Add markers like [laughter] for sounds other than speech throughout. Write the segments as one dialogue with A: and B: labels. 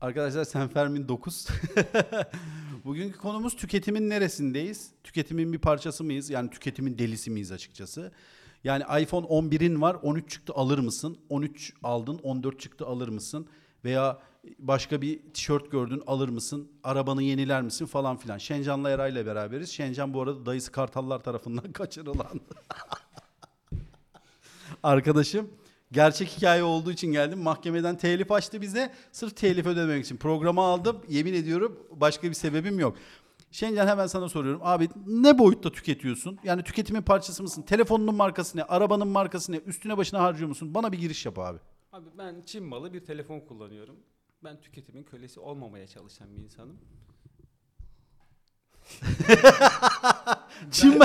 A: Arkadaşlar Sen Fermin 9. [laughs] Bugünkü konumuz tüketimin neresindeyiz? Tüketimin bir parçası mıyız? Yani tüketimin delisi miyiz açıkçası? Yani iPhone 11'in var 13 çıktı alır mısın? 13 aldın 14 çıktı alır mısın? Veya başka bir tişört gördün alır mısın? Arabanı yeniler misin falan filan. Şencan'la Eray'la beraberiz. Şencan bu arada dayısı Kartallar tarafından [laughs] kaçırılan arkadaşım. Gerçek hikaye olduğu için geldim. Mahkemeden telif açtı bize. Sırf telif ödememek için. Programı aldım. Yemin ediyorum başka bir sebebim yok. Şencan hemen sana soruyorum. Abi ne boyutta tüketiyorsun? Yani tüketimin parçası mısın? Telefonunun markası ne? Arabanın markası ne? Üstüne başına harcıyor musun? Bana bir giriş yap abi.
B: Abi ben Çin malı bir telefon kullanıyorum. Ben tüketimin kölesi olmamaya çalışan bir insanım.
A: Çin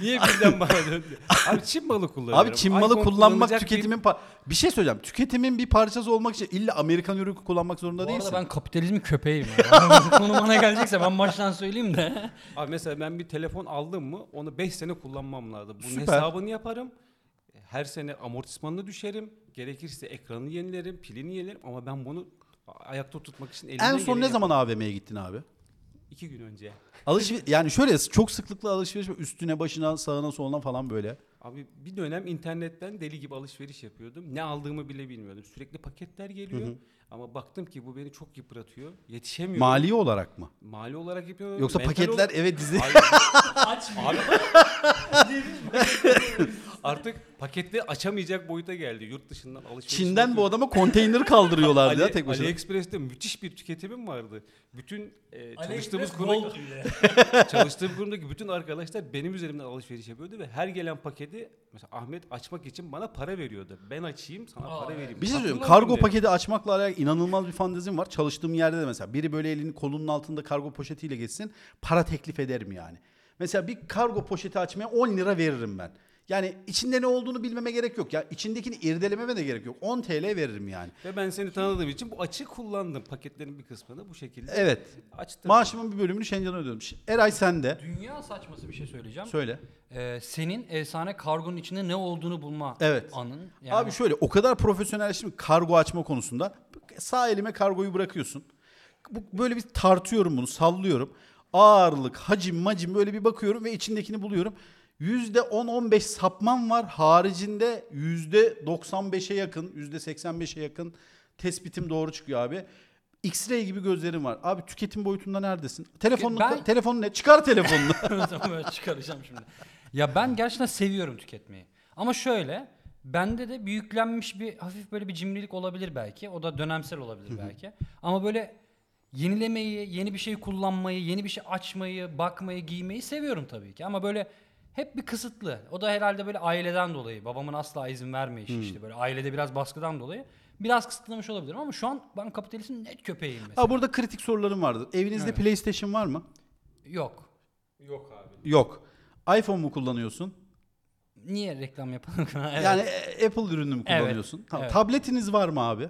B: Niye birden bana döndü? Abi Çin malı kullanıyorum.
A: Abi Çin malı
B: iPhone
A: kullanmak
B: kullanacak
A: tüketimin par- bir şey söyleyeceğim. Tüketimin bir parçası olmak için illa Amerikan ürünü kullanmak zorunda
C: Bu
A: değilsin.
C: arada ben kapitalizmin köpeğim. ya. [laughs] Bu Konu bana gelecekse ben baştan söyleyeyim de.
B: bir- Abi mesela ben bir telefon aldım mı onu 5 sene kullanmam lazım. Bunun
A: Süper.
B: hesabını yaparım. E, Her sene amortismanını düşerim. Gerekirse ekranı yenilerim, pilini yenilerim ama ben bunu a- ayakta tutmak için elimden
A: En son ne
B: geleni
A: zaman AVM'ye gittin abi?
B: yaparım. İki gün önce.
A: Alışveriş yani şöyle çok sıklıkla alışveriş üstüne başına sağına soluna falan böyle.
B: Abi bir dönem internetten deli gibi alışveriş yapıyordum. Ne aldığımı bile bilmiyordum. Sürekli paketler geliyor. Ama baktım ki bu beni çok yıpratıyor. Yetişemiyorum.
A: Mali olarak mı?
B: Mali olarak yapıyorum.
A: Yoksa
B: mental
A: paketler
B: olarak-
A: eve
B: [laughs]
A: dizi.
B: Hayır,
C: Aç
B: abi. [laughs] Artık paketleri açamayacak boyuta geldi. Yurt dışından alışveriş.
A: Çin'den bu adama konteyner kaldırıyorlardı ya tek başına.
B: AliExpress'te müthiş bir tüketimim vardı. Bütün e, çalıştığımız
C: [laughs] Çalıştığımız [laughs]
B: kurumdaki, çalıştığım kurumdaki bütün arkadaşlar benim üzerimden alışveriş yapıyordu ve her gelen paketi mesela Ahmet açmak için bana para veriyordu. Ben açayım sana
C: Aa,
B: para
C: evet.
B: vereyim.
A: Bir şey söyleyeyim.
B: Aklına
A: Kargo
B: aldım dedim.
A: paketi açmakla alakalı inanılmaz bir fantezim var. Çalıştığım yerde de mesela biri böyle elini kolunun altında kargo poşetiyle geçsin. Para teklif ederim yani. Mesela bir kargo poşeti açmaya 10 lira veririm ben. Yani içinde ne olduğunu bilmeme gerek yok. Ya içindekini irdelememe de gerek yok. 10 TL veririm yani.
B: Ve ben seni tanıdığım için bu açı kullandım. Paketlerin bir kısmını bu şekilde
A: Evet.
B: açtım.
A: Maaşımın bir bölümünü Şencan'a ödüyorum. Ş- Eray sen de.
C: Dünya saçması bir şey söyleyeceğim.
A: Söyle.
C: Ee, senin efsane kargonun içinde ne olduğunu bulma
A: Evet.
C: anın.
A: Abi şöyle o kadar profesyonel şimdi kargo açma konusunda sağ elime kargoyu bırakıyorsun. Bu, böyle bir tartıyorum bunu sallıyorum. Ağırlık, hacim, macim böyle bir bakıyorum ve içindekini buluyorum. %10-15 sapman var. Haricinde %95'e yakın, %85'e yakın tespitim doğru çıkıyor abi. X-ray gibi gözlerim var. Abi tüketim boyutunda neredesin? Telefonun,
C: Ben-
A: telefonun ne? Çıkar
C: [laughs]
A: telefonunu.
C: Tamam, böyle çıkaracağım şimdi. Ya ben gerçekten seviyorum tüketmeyi. Ama şöyle bende de bir yüklenmiş bir hafif böyle bir cimrilik olabilir belki. O da dönemsel olabilir belki. Ama böyle yenilemeyi, yeni bir şey kullanmayı, yeni bir şey açmayı, bakmayı, giymeyi seviyorum tabii ki. Ama böyle hep bir kısıtlı. O da herhalde böyle aileden dolayı. Babamın asla izin vermeyişi işte böyle ailede biraz baskıdan dolayı. Biraz kısıtlamış olabilirim ama şu an ben kapitalistin net köpeğiyim mesela.
A: Aa, burada kritik sorularım vardı. Evinizde
C: Evet.
A: PlayStation var mı?
C: Yok.
B: Yok abi.
A: Yok. iPhone mu kullanıyorsun?
C: Niye reklam yapalım? [laughs] Evet.
A: Yani e, Apple ürünü mü
C: Evet,
A: kullanıyorsun? Tamam.
C: evet.
A: Tabletiniz var mı abi?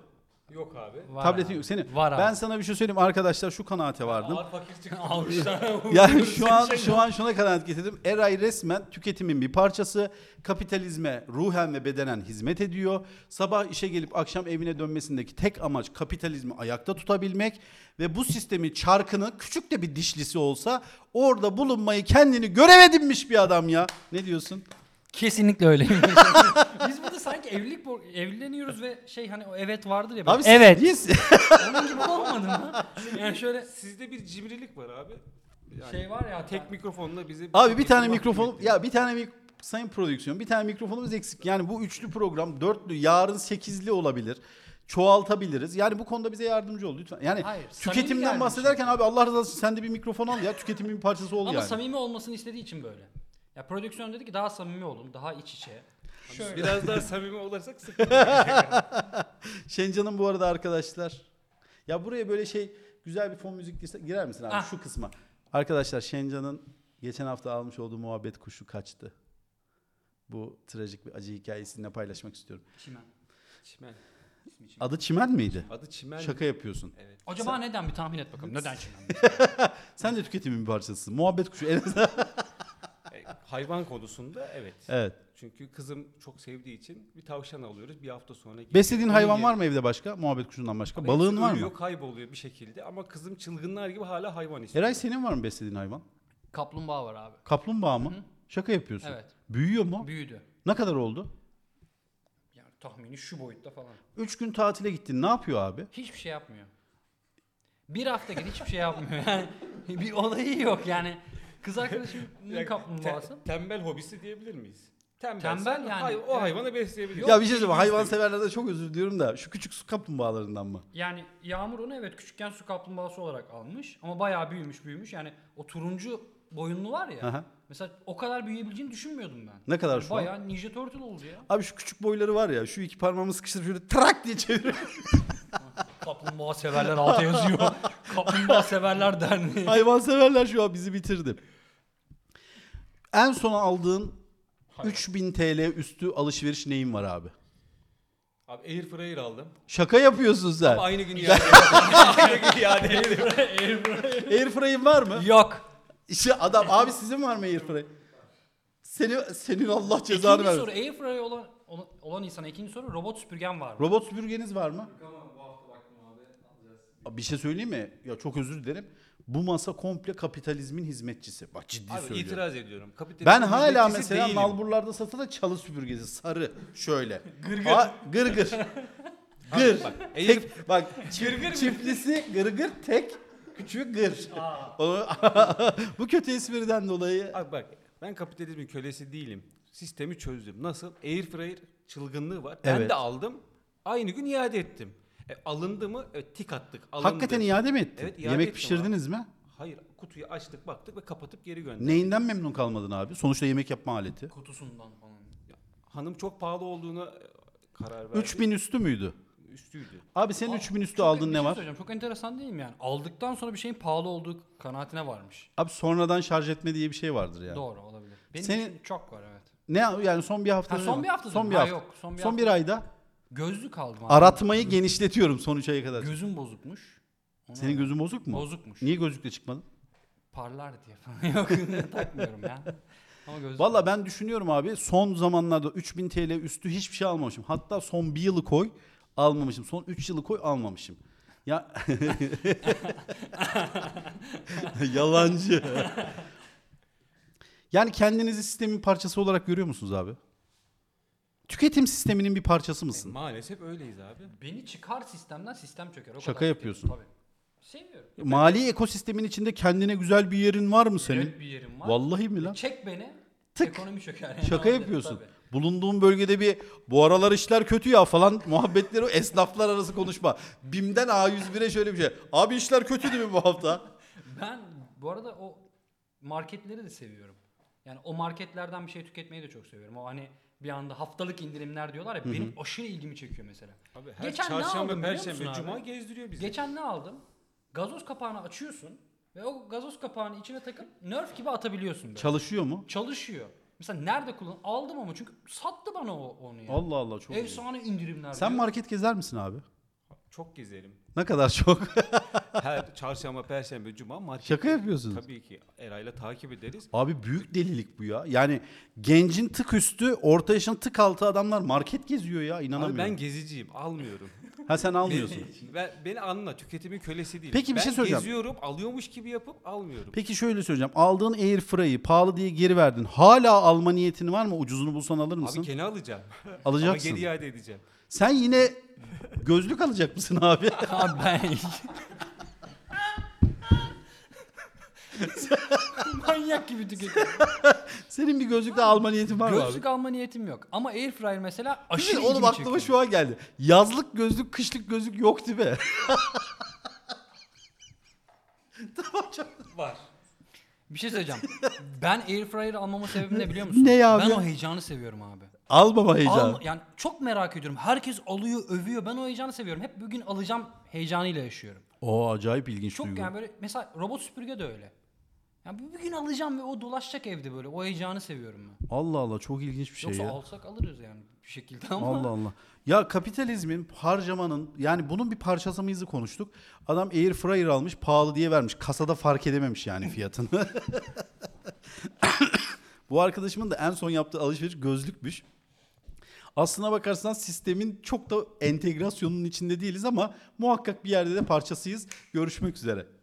B: Yok abi.
C: Var
A: Tabletin
C: abi.
A: yok. Senin.
C: Var abi.
A: ben sana bir şey söyleyeyim arkadaşlar şu kanaate vardım.
B: fakir
C: [laughs]
B: çıktı.
A: yani şu
C: şey
A: an şu an şuna kanaat getirdim. Eray resmen tüketimin bir parçası. Kapitalizme ruhen ve bedenen hizmet ediyor. Sabah işe gelip akşam evine dönmesindeki tek amaç kapitalizmi ayakta tutabilmek ve bu sistemi çarkını küçük de bir dişlisi olsa orada bulunmayı kendini görev edinmiş bir adam ya. Ne diyorsun? [laughs]
C: Kesinlikle öyle. [laughs] Biz burada sanki evlilik bu- evleniyoruz ve şey hani o evet vardır ya. böyle,
A: Abi siz
C: evet.
A: niye-
C: Onun gibi olmadı mı? Yani şöyle
B: Sizde bir cimrilik var abi. Yani
C: şey var ya
B: tek
C: tek
B: mikrofonla bizi
A: Abi bir tane
B: Bak-
A: mikrofon ya bir tane mik- sayın prodüksiyon bir tane mikrofonumuz eksik. Yani bu üçlü program dörtlü yarın sekizli olabilir. Çoğaltabiliriz. Yani bu konuda bize yardımcı ol lütfen. Yani
C: Hayır, samimi
A: tüketimden
C: gelmiş
A: bahsederken abi Allah razı olsun sen de bir mikrofon al ya tüketimin bir parçası ol
C: ama
A: yani.
C: samimi olmasını istediği için böyle. Ya prodüksiyon dedi ki daha samimi olun, daha iç içe. Şöyle.
B: Biraz
C: [laughs]
B: daha samimi
A: [laughs]
B: olursak sıkıntı.
A: Şencan'ın bu arada arkadaşlar. Ya buraya böyle şey güzel bir fon müzik girse- girer misin abi
C: Ah.
A: şu kısma. Arkadaşlar Şencan'ın geçen hafta almış olduğu muhabbet kuşu kaçtı. Bu trajik bir acı hikayesini paylaşmak istiyorum.
C: Çimen.
B: Çimen.
A: Adı Çimen miydi?
B: Adı Çimen.
A: Şaka yapıyorsun.
B: Evet.
C: Acaba neden bir
A: [laughs]
C: tahmin et bakalım. Neden çimen?
A: Sen de tüketimin bir parçasısın. Muhabbet kuşu en azından.
B: E, hayvan konusunda evet.
A: Evet.
B: Çünkü kızım çok sevdiği için bir tavşan alıyoruz. Bir hafta sonra geliyor.
A: Beslediğin
B: Onu
A: hayvan
B: yiyor.
A: var mı evde başka? Muhabbet kuşundan başka.
B: Hepsi
A: Balığın var mı?
B: Ölüyor, kayboluyor bir şekilde ama kızım çılgınlar gibi hala hayvan istiyor.
A: Eray senin var mı beslediğin hayvan?
C: Kaplumbağa var abi.
A: Kaplumbağa mı? Şaka yapıyorsun.
C: Evet.
A: Büyüyor mu?
C: Büyüdü.
A: ne kadar oldu?
C: Yani tahmini şu boyutta falan.
A: Üç gün tatile gittin. Ne yapıyor abi?
C: Hiçbir şey yapmıyor. Bir hafta git hiçbir şey yapmıyor. Yani [laughs] bir olayı yok yani. Kız arkadaşımın
B: Yani
C: kaplumbağası.
B: te- tembel hobisi diyebilir miyiz? Tembel,
C: Tembel yani.
B: Hay- o
C: Evet.
B: hayvanı besleyebiliyor.
A: ya bir şey söyleyeyim. Hayvan severlerden çok özür diliyorum da şu küçük su kaplumbağalarından mı?
C: Yani Yağmur onu evet küçükken su kaplumbağası olarak almış ama bayağı büyümüş büyümüş. Yani o turuncu boyunlu var ya.
A: Aha.
C: Mesela o kadar büyüyebileceğini düşünmüyordum ben.
A: Ne kadar şu an?
C: Bayağı Ninja Turtle oldu ya.
A: Abi şu küçük boyları var ya şu iki parmağımı sıkıştırıp şöyle trak diye çeviriyor.
C: Kaplumbağa severler alta yazıyor.
A: [laughs]
C: Kaplumbağa severler derneği.
A: Hayvan severler şu an bizi bitirdi. En son aldığın 3000 TL üstü alışveriş neyin var abi?
B: Abi air fryer aldım.
A: Şaka yapıyorsun sen.
B: Ama aynı gün iade ettim.
A: [laughs]
B: Aynı gün iade ettim.
A: Airframe var mı?
C: Yok.
A: İşte adam abi sizin var mı airframe? Seni, senin Allah cezanı
C: İkinci
A: versin.
C: soru Airfryer olan, olan, olan insana ikinci soru robot süpürgen var mı?
A: Robot süpürgeniz var mı? Abi Bir şey söyleyeyim mi? Ya çok özür dilerim. Bu masa komple kapitalizmin hizmetçisi. Bak ciddi
B: Abi
A: söylüyorum.
B: itiraz ediyorum. Kapitalizm
A: şey Ben hala
B: hizmetçisi
A: mesela
B: değilim.
A: nalburlarda satılan çalı süpürgesi sarı şöyle. gırgır. gırgır. Gır.
B: bak,
A: Bak,
B: eğer-
A: tek, bak gırgır çiftlisi gırgır tek küçüğü gır. Onu- [laughs] Bu kötü espriden dolayı.
B: Abi bak ben kapitalizmin kölesi değilim. Sistemi çözdüm. Nasıl? Air fryer çılgınlığı var. Ben
A: Evet.
B: de aldım. Aynı gün iade ettim. E, alındı mı? Evet, tik attık. Alındı.
A: Hakikaten iade mi ettin?
B: Evet, iade
A: Yemek
B: ettim
A: pişirdiniz mi?
B: Hayır kutuyu açtık baktık ve kapatıp geri gönderdik.
A: Neyinden memnun kalmadın abi? Sonuçta yemek yapma aleti.
C: Kutusundan falan.
B: Hanım çok pahalı olduğuna e, karar verdi.
A: 3000 üstü müydü?
B: Üstüydü.
A: Abi senin
C: Aa,
A: 3000 üstü
C: Çok- bir
A: aldın
C: şey
A: ne var?
C: söyleyeceğim. Çok enteresan değil mi yani? Aldıktan sonra bir şeyin pahalı olduğu kanaatine varmış.
A: Abi sonradan şarj etme diye bir şey vardır yani.
C: Doğru olabilir. Benim
A: Senin-
C: için çok var evet.
A: Ne yani son bir hafta
C: Ha, son bir hafta
A: son
C: mı?
A: bir
C: Ha,
A: hafta.
C: yok, son bir
A: son bir ayda
C: Gözlük aldım abi.
A: aratmayı genişletiyorum sonuç aya kadar.
C: Gözüm bozukmuş. Ona-
A: Senin gözün bozuk mu?
C: Bozukmuş.
A: Niye gözlükle çıkmadın?
C: Parlar diye falan. [laughs] Yok takmıyorum ya. Ama gözlük.
A: Valla ben düşünüyorum abi son zamanlarda 3000 TL üstü hiçbir şey almamışım. Hatta son bir yılı koy almamışım. Son 3 yılı koy almamışım. Ya [laughs] Yalancı. yani kendinizi sistemin parçası olarak görüyor musunuz abi? Tüketim sisteminin bir parçası
B: E,
A: mısın?
B: maalesef öyleyiz abi.
C: Beni çıkar sistemden sistem çöker. O
A: Şaka
C: kadar.
A: yapıyorsun.
C: Tabii. Seviyorum.
A: Mali ekosistemin içinde kendine güzel bir yerin var mı senin?
C: Evet bir yerim var.
A: Vallahi mi lan?
C: Çek beni.
A: Tık.
C: Ekonomi çöker. yani.
A: Şaka
C: Anladın,
A: yapıyorsun.
C: tabii.
A: Bulunduğun bölgede bir bu aralar işler kötü ya falan muhabbetleri esnaflar arası konuşma. BİM'den A101'e şöyle bir şey. Abi işler kötü değil mi bu hafta?
C: Ben bu arada o marketleri de seviyorum. Yani o marketlerden bir şey tüketmeyi de çok seviyorum. O hani bir anda haftalık indirimler diyorlar ya benim aşırı ilgimi çekiyor mesela.
B: Abi her
C: Geçen ne aldın
B: çarşamba,
C: biliyor
B: perşembe,
C: musun abi?
B: cuma gezdiriyor bizi.
C: Geçen ne aldım? Gazoz kapağını açıyorsun ve o gazoz kapağını içine takıp nerf gibi atabiliyorsun böyle.
A: Çalışıyor mu?
C: Çalışıyor. Mesela nerede kullan? Aldım ama çünkü sattı bana o, onu yani.
A: Allah Allah çok iyi.
C: Efsane indirimler.
A: Sen
C: diyor.
A: market gezer misin abi?
B: Çok gezerim.
A: Ne kadar çok. [laughs]
B: Her çarşamba, perşembe, cuma market.
A: Şaka yapıyorsun.
B: Tabii ki Eray'la takip ederiz.
A: Abi büyük delilik bu ya. Yani gencin tık üstü, orta yaşın tık altı adamlar market geziyor ya.
B: Abi
A: inanamıyorum.
B: ben geziciyim, almıyorum.
A: Ha sen
B: [laughs]
A: almıyorsun.
B: ben, beni anla, tüketimin kölesi değil.
A: Peki, bir
B: ben
A: şey söyleyeceğim.
B: geziyorum, alıyormuş gibi yapıp almıyorum.
A: Peki şöyle söyleyeceğim. Aldığın Airfryer'ı pahalı diye geri verdin. Hala alma niyetin var mı? Ucuzunu bulsan alır mısın?
B: Abi gene alacağım. Ama
A: Alacaksın.
B: geri iade edeceğim.
A: Sen yine gözlük alacak mısın abi?
C: [laughs] Abi ben... [laughs] Manyak gibi tüketiyorum.
A: Senin bir gözlük de alma niyetin var mı abi?
C: Gözlük alma niyetim yok. Ama airfryer mesela
A: Değil
C: aşırı
A: mi? Oğlum
C: ilgimi
A: aklıma
C: çekiyor.
A: şu an geldi. Yazlık gözlük, kışlık gözlük yok değil mi? [laughs] tamam çok.
B: Var.
C: Bir şey söyleyeceğim. ben airfryer almama sebebim
A: [laughs]
C: ne biliyor musun?
A: Ne ya abi?
C: Ben o heyecanı seviyorum abi.
A: Almama heyecanı.
C: Al, yani çok merak ediyorum. Herkes alıyor, övüyor. Ben o heyecanı seviyorum. Hep bugün alacağım heyecanıyla yaşıyorum.
A: Oo acayip ilginç
C: Çok
A: duygu.
C: yani böyle mesela robot süpürge de öyle. Yani bugün alacağım ve o dolaşacak evde böyle. O heyecanı seviyorum ben.
A: Allah Allah çok ilginç bir şey
C: Yoksa
A: ya.
C: alsak alırız yani bir şekilde ama.
A: Allah Allah. Ya kapitalizmin harcamanın yani bunun bir parçası mıyızı konuştuk. Adam air fryer almış pahalı diye vermiş. Kasada fark edememiş yani fiyatını. [laughs] Bu arkadaşımın da en son yaptığı alışveriş gözlükmüş. Aslına bakarsan sistemin çok da entegrasyonunun içinde değiliz ama muhakkak bir yerde de parçasıyız. Görüşmek üzere.